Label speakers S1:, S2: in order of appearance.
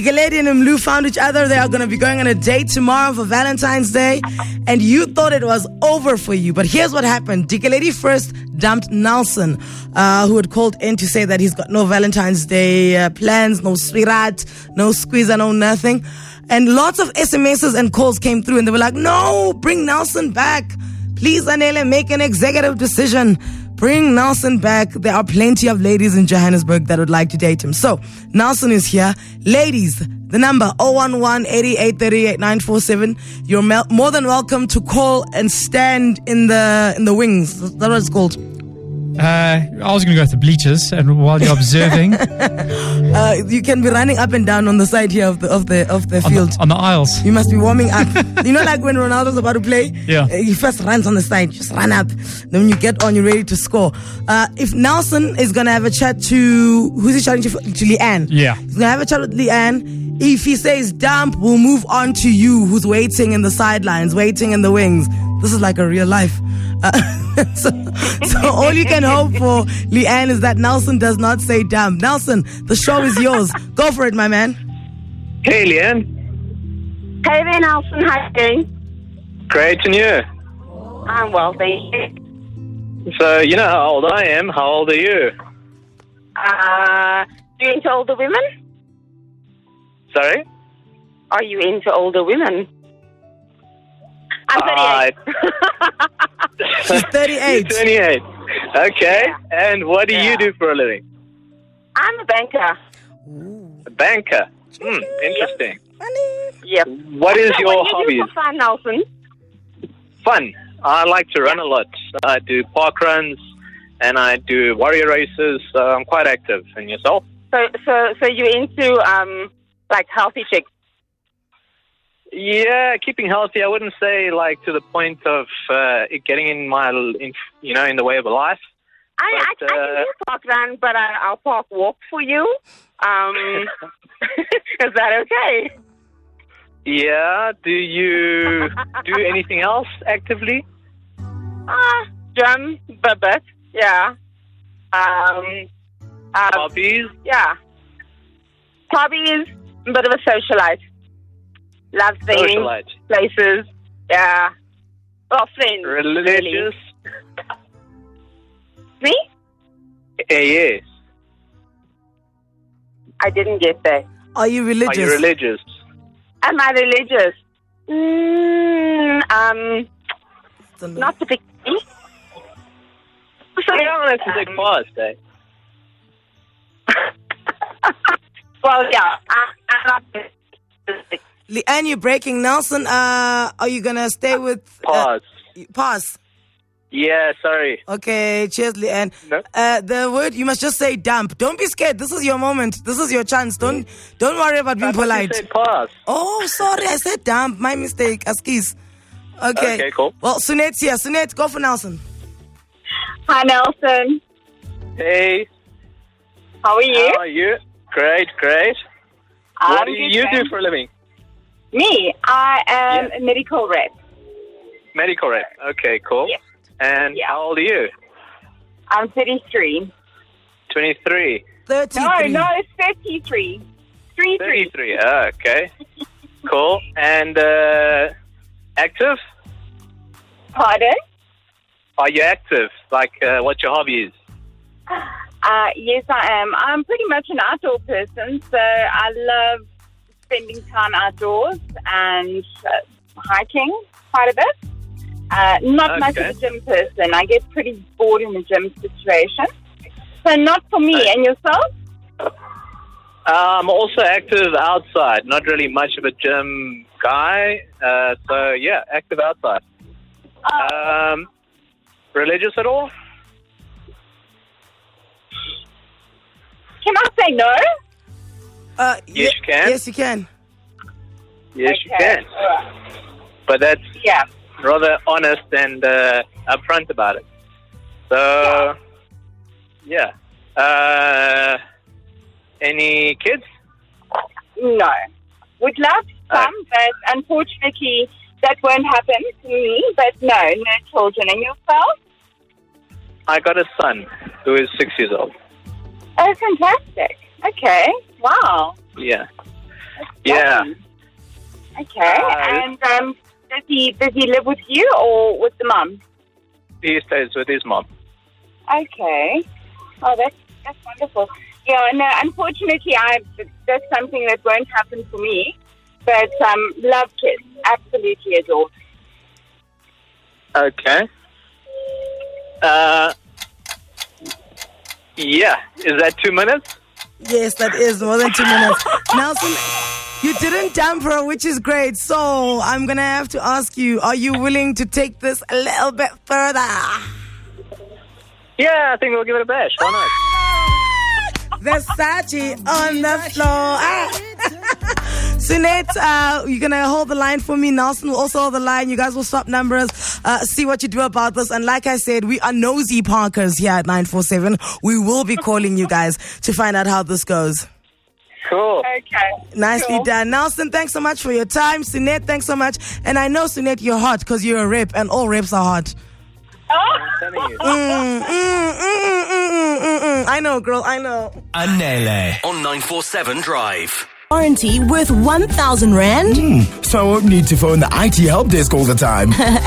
S1: Digaladian and Lou found each other. They are going to be going on a date tomorrow for Valentine's Day. And you thought it was over for you. But here's what happened Digalady first dumped Nelson, uh, who had called in to say that he's got no Valentine's Day uh, plans, no sweetheart, no squeezer, no nothing. And lots of SMSs and calls came through. And they were like, no, bring Nelson back. Please, Anele, make an executive decision. Bring Nelson back. There are plenty of ladies in Johannesburg that would like to date him. So, Nelson is here. Ladies, the number 011 947 You're mel- more than welcome to call and stand in the in the wings. That's what it's called.
S2: Uh, I was going to go to the bleachers, and while you're observing on,
S1: Uh, you can be running up and down on the side here of the of the of the field.
S2: the, on the aisles,
S1: You must be warming up. you know, like when Ronaldo's about to play?
S2: Yeah.
S1: uh, He first runs on the side, just run up. Then when you get on, you're ready to score. Uh, if Nelson is going to have a chat to, who's he chatting to? To Leanne.
S2: Yeah.
S1: He's going to have a chat with Leanne. If he says dump, we'll move on to you, who's waiting in the sidelines, waiting in the wings. This is like a real life. Uh, so, so all you can hope for, Leanne, is that Nelson does not say dump. Nelson, the show is yours. Go for it, my man.
S3: Hey, Leanne.
S4: Hey there, Nelson. How you doing?
S3: Great to hear.
S4: I'm well, thank you.
S3: So, you know how old I am. How old are you?
S4: Uh, you into older women?
S3: Sorry?
S4: Are you into older women? I'm 38.
S1: She's
S3: You're
S1: 38.
S3: 28. Okay. And what do
S4: Yeah.
S3: you do for a living?
S4: I'm a banker.
S3: A banker. Hmm, interesting.
S4: Yep.
S3: What is your
S4: what do you do
S3: hobbies?
S4: for fun, Nelson?
S3: Fun. I like to run a lot. I do park runs and I do warrior races. So I'm quite active. And yourself?
S4: So, so, so you're into um, like healthy chicks.
S3: Yeah, keeping healthy. I wouldn't say like to the point of uh, it getting in my, in, you know, in the way of life.
S4: I,
S3: But,
S4: I, I
S3: uh,
S4: can do park run, but I, I'll park walk for you. Um, is that okay?
S3: Yeah. Do you do anything else actively?
S4: Ah, drum, bubbit, yeah. Um, uh,
S3: Hobbies?
S4: yeah. Hobbies, a bit of a socialite. Love things,
S3: Socialite.
S4: places, yeah. Well, friends.
S3: Religious?
S4: really. Me?
S3: Eh, yes.
S4: I didn't get that.
S1: Are you
S3: Are
S1: religious?
S3: you religious?
S4: Am I religious? Mm, um,
S1: Don't know.
S4: not particularly.
S3: So you don't
S4: Um,
S3: have to take fast, eh?
S4: Well, yeah, I, I'm not religious.
S1: Leanne, you're breaking. Nelson, uh, are you gonna stay with uh,
S3: Pause.
S1: pass?
S3: Yeah, sorry.
S1: Okay, cheers, Leanne.
S3: No.
S1: Uh, the word you must just say dump. Don't be scared. This is your moment. This is your chance. Don't don't worry about being
S3: I thought you
S1: polite.
S3: said pass.
S1: Oh, sorry, I said dump. My mistake. Askies. Okay.
S3: Okay, cool.
S1: Well, Sunet's here. Sunet, go for Nelson.
S4: Hi, Nelson.
S3: Hey,
S4: How are you?
S3: how are you? Great, great. what
S4: I'm
S3: do
S4: good,
S3: you do
S4: thanks.
S3: for a living?
S4: Me, I am
S3: Yeah.
S4: a medical rep.
S3: Medical rep. Okay, cool.
S4: Yeah.
S3: And
S4: Yeah.
S3: how old are you?
S4: I'm 33.
S3: 23.
S1: 33.
S4: No, no, it's 33. 33.
S3: 33. Ah, okay. cool. And uh, active?
S4: Pardon?
S3: Are you active? Like, uh, what's your hobbies?
S4: Uh, yes, I am. I'm pretty much an outdoor person, so I love spending time outdoors and uh, hiking quite a bit. Uh, not much
S3: Okay.
S4: of a gym person. I get pretty bored in the gym situation. So not for me.
S3: Okay.
S4: And yourself?
S3: Uh, I'm also active outside. Not really much of a gym guy. Uh, so, yeah, active outside. Um, religious at all?
S4: Can I say no?
S1: Uh,
S3: Yes, you can.
S1: Yes, you can.
S3: Yes, you
S4: Okay.
S3: can. But that's
S4: Yeah.
S3: rather honest and uh, upfront about it. So, yeah. Uh, any kids?
S4: No. Would love some, but unfortunately, that won't happen to me. But no, no children. And yourself?
S3: I got a son who is six years old.
S4: Oh, fantastic. Okay. Wow.
S3: Yeah. Yeah.
S4: Okay.
S3: Uh,
S4: and um, does he does he live with you or with the mum?
S3: He stays with his mom.
S4: Okay. Oh, that's that's wonderful. Yeah. No, unfortunately, I that's something that won't happen for me. But um, love kids, absolutely adore.
S3: Okay. Uh, yeah. Is that two minutes?
S1: Yes, that is more than two minutes. Nelson, you didn't dump her, which is great. So I'm going to have to ask you are you willing to take this a little bit further?
S3: Yeah, I think we'll give it a bash. Why not?
S1: Versace on the floor. Ah. Sunette, uh, you're going to hold the line for me. Nelson will also hold the line. You guys will swap numbers, uh, see what you do about this. And like I said, we are nosy parkers here at 947. We will be calling you guys to find out how this goes.
S3: Cool.
S4: Okay.
S1: Nicely
S4: cool.
S1: done. Nelson, thanks so much for your time. Sunette, thanks so much. And I know, Sunette, you're hot because you're a rep, and all reps are hot.
S4: Oh.
S3: I'm telling you.
S1: Mm, mm, mm, mm, mm, mm, mm. I know, girl, I know.
S5: Anele on 947 Drive.
S6: Warranty worth 1,000 Rand?
S7: So I won't need to phone the IT help desk all the time.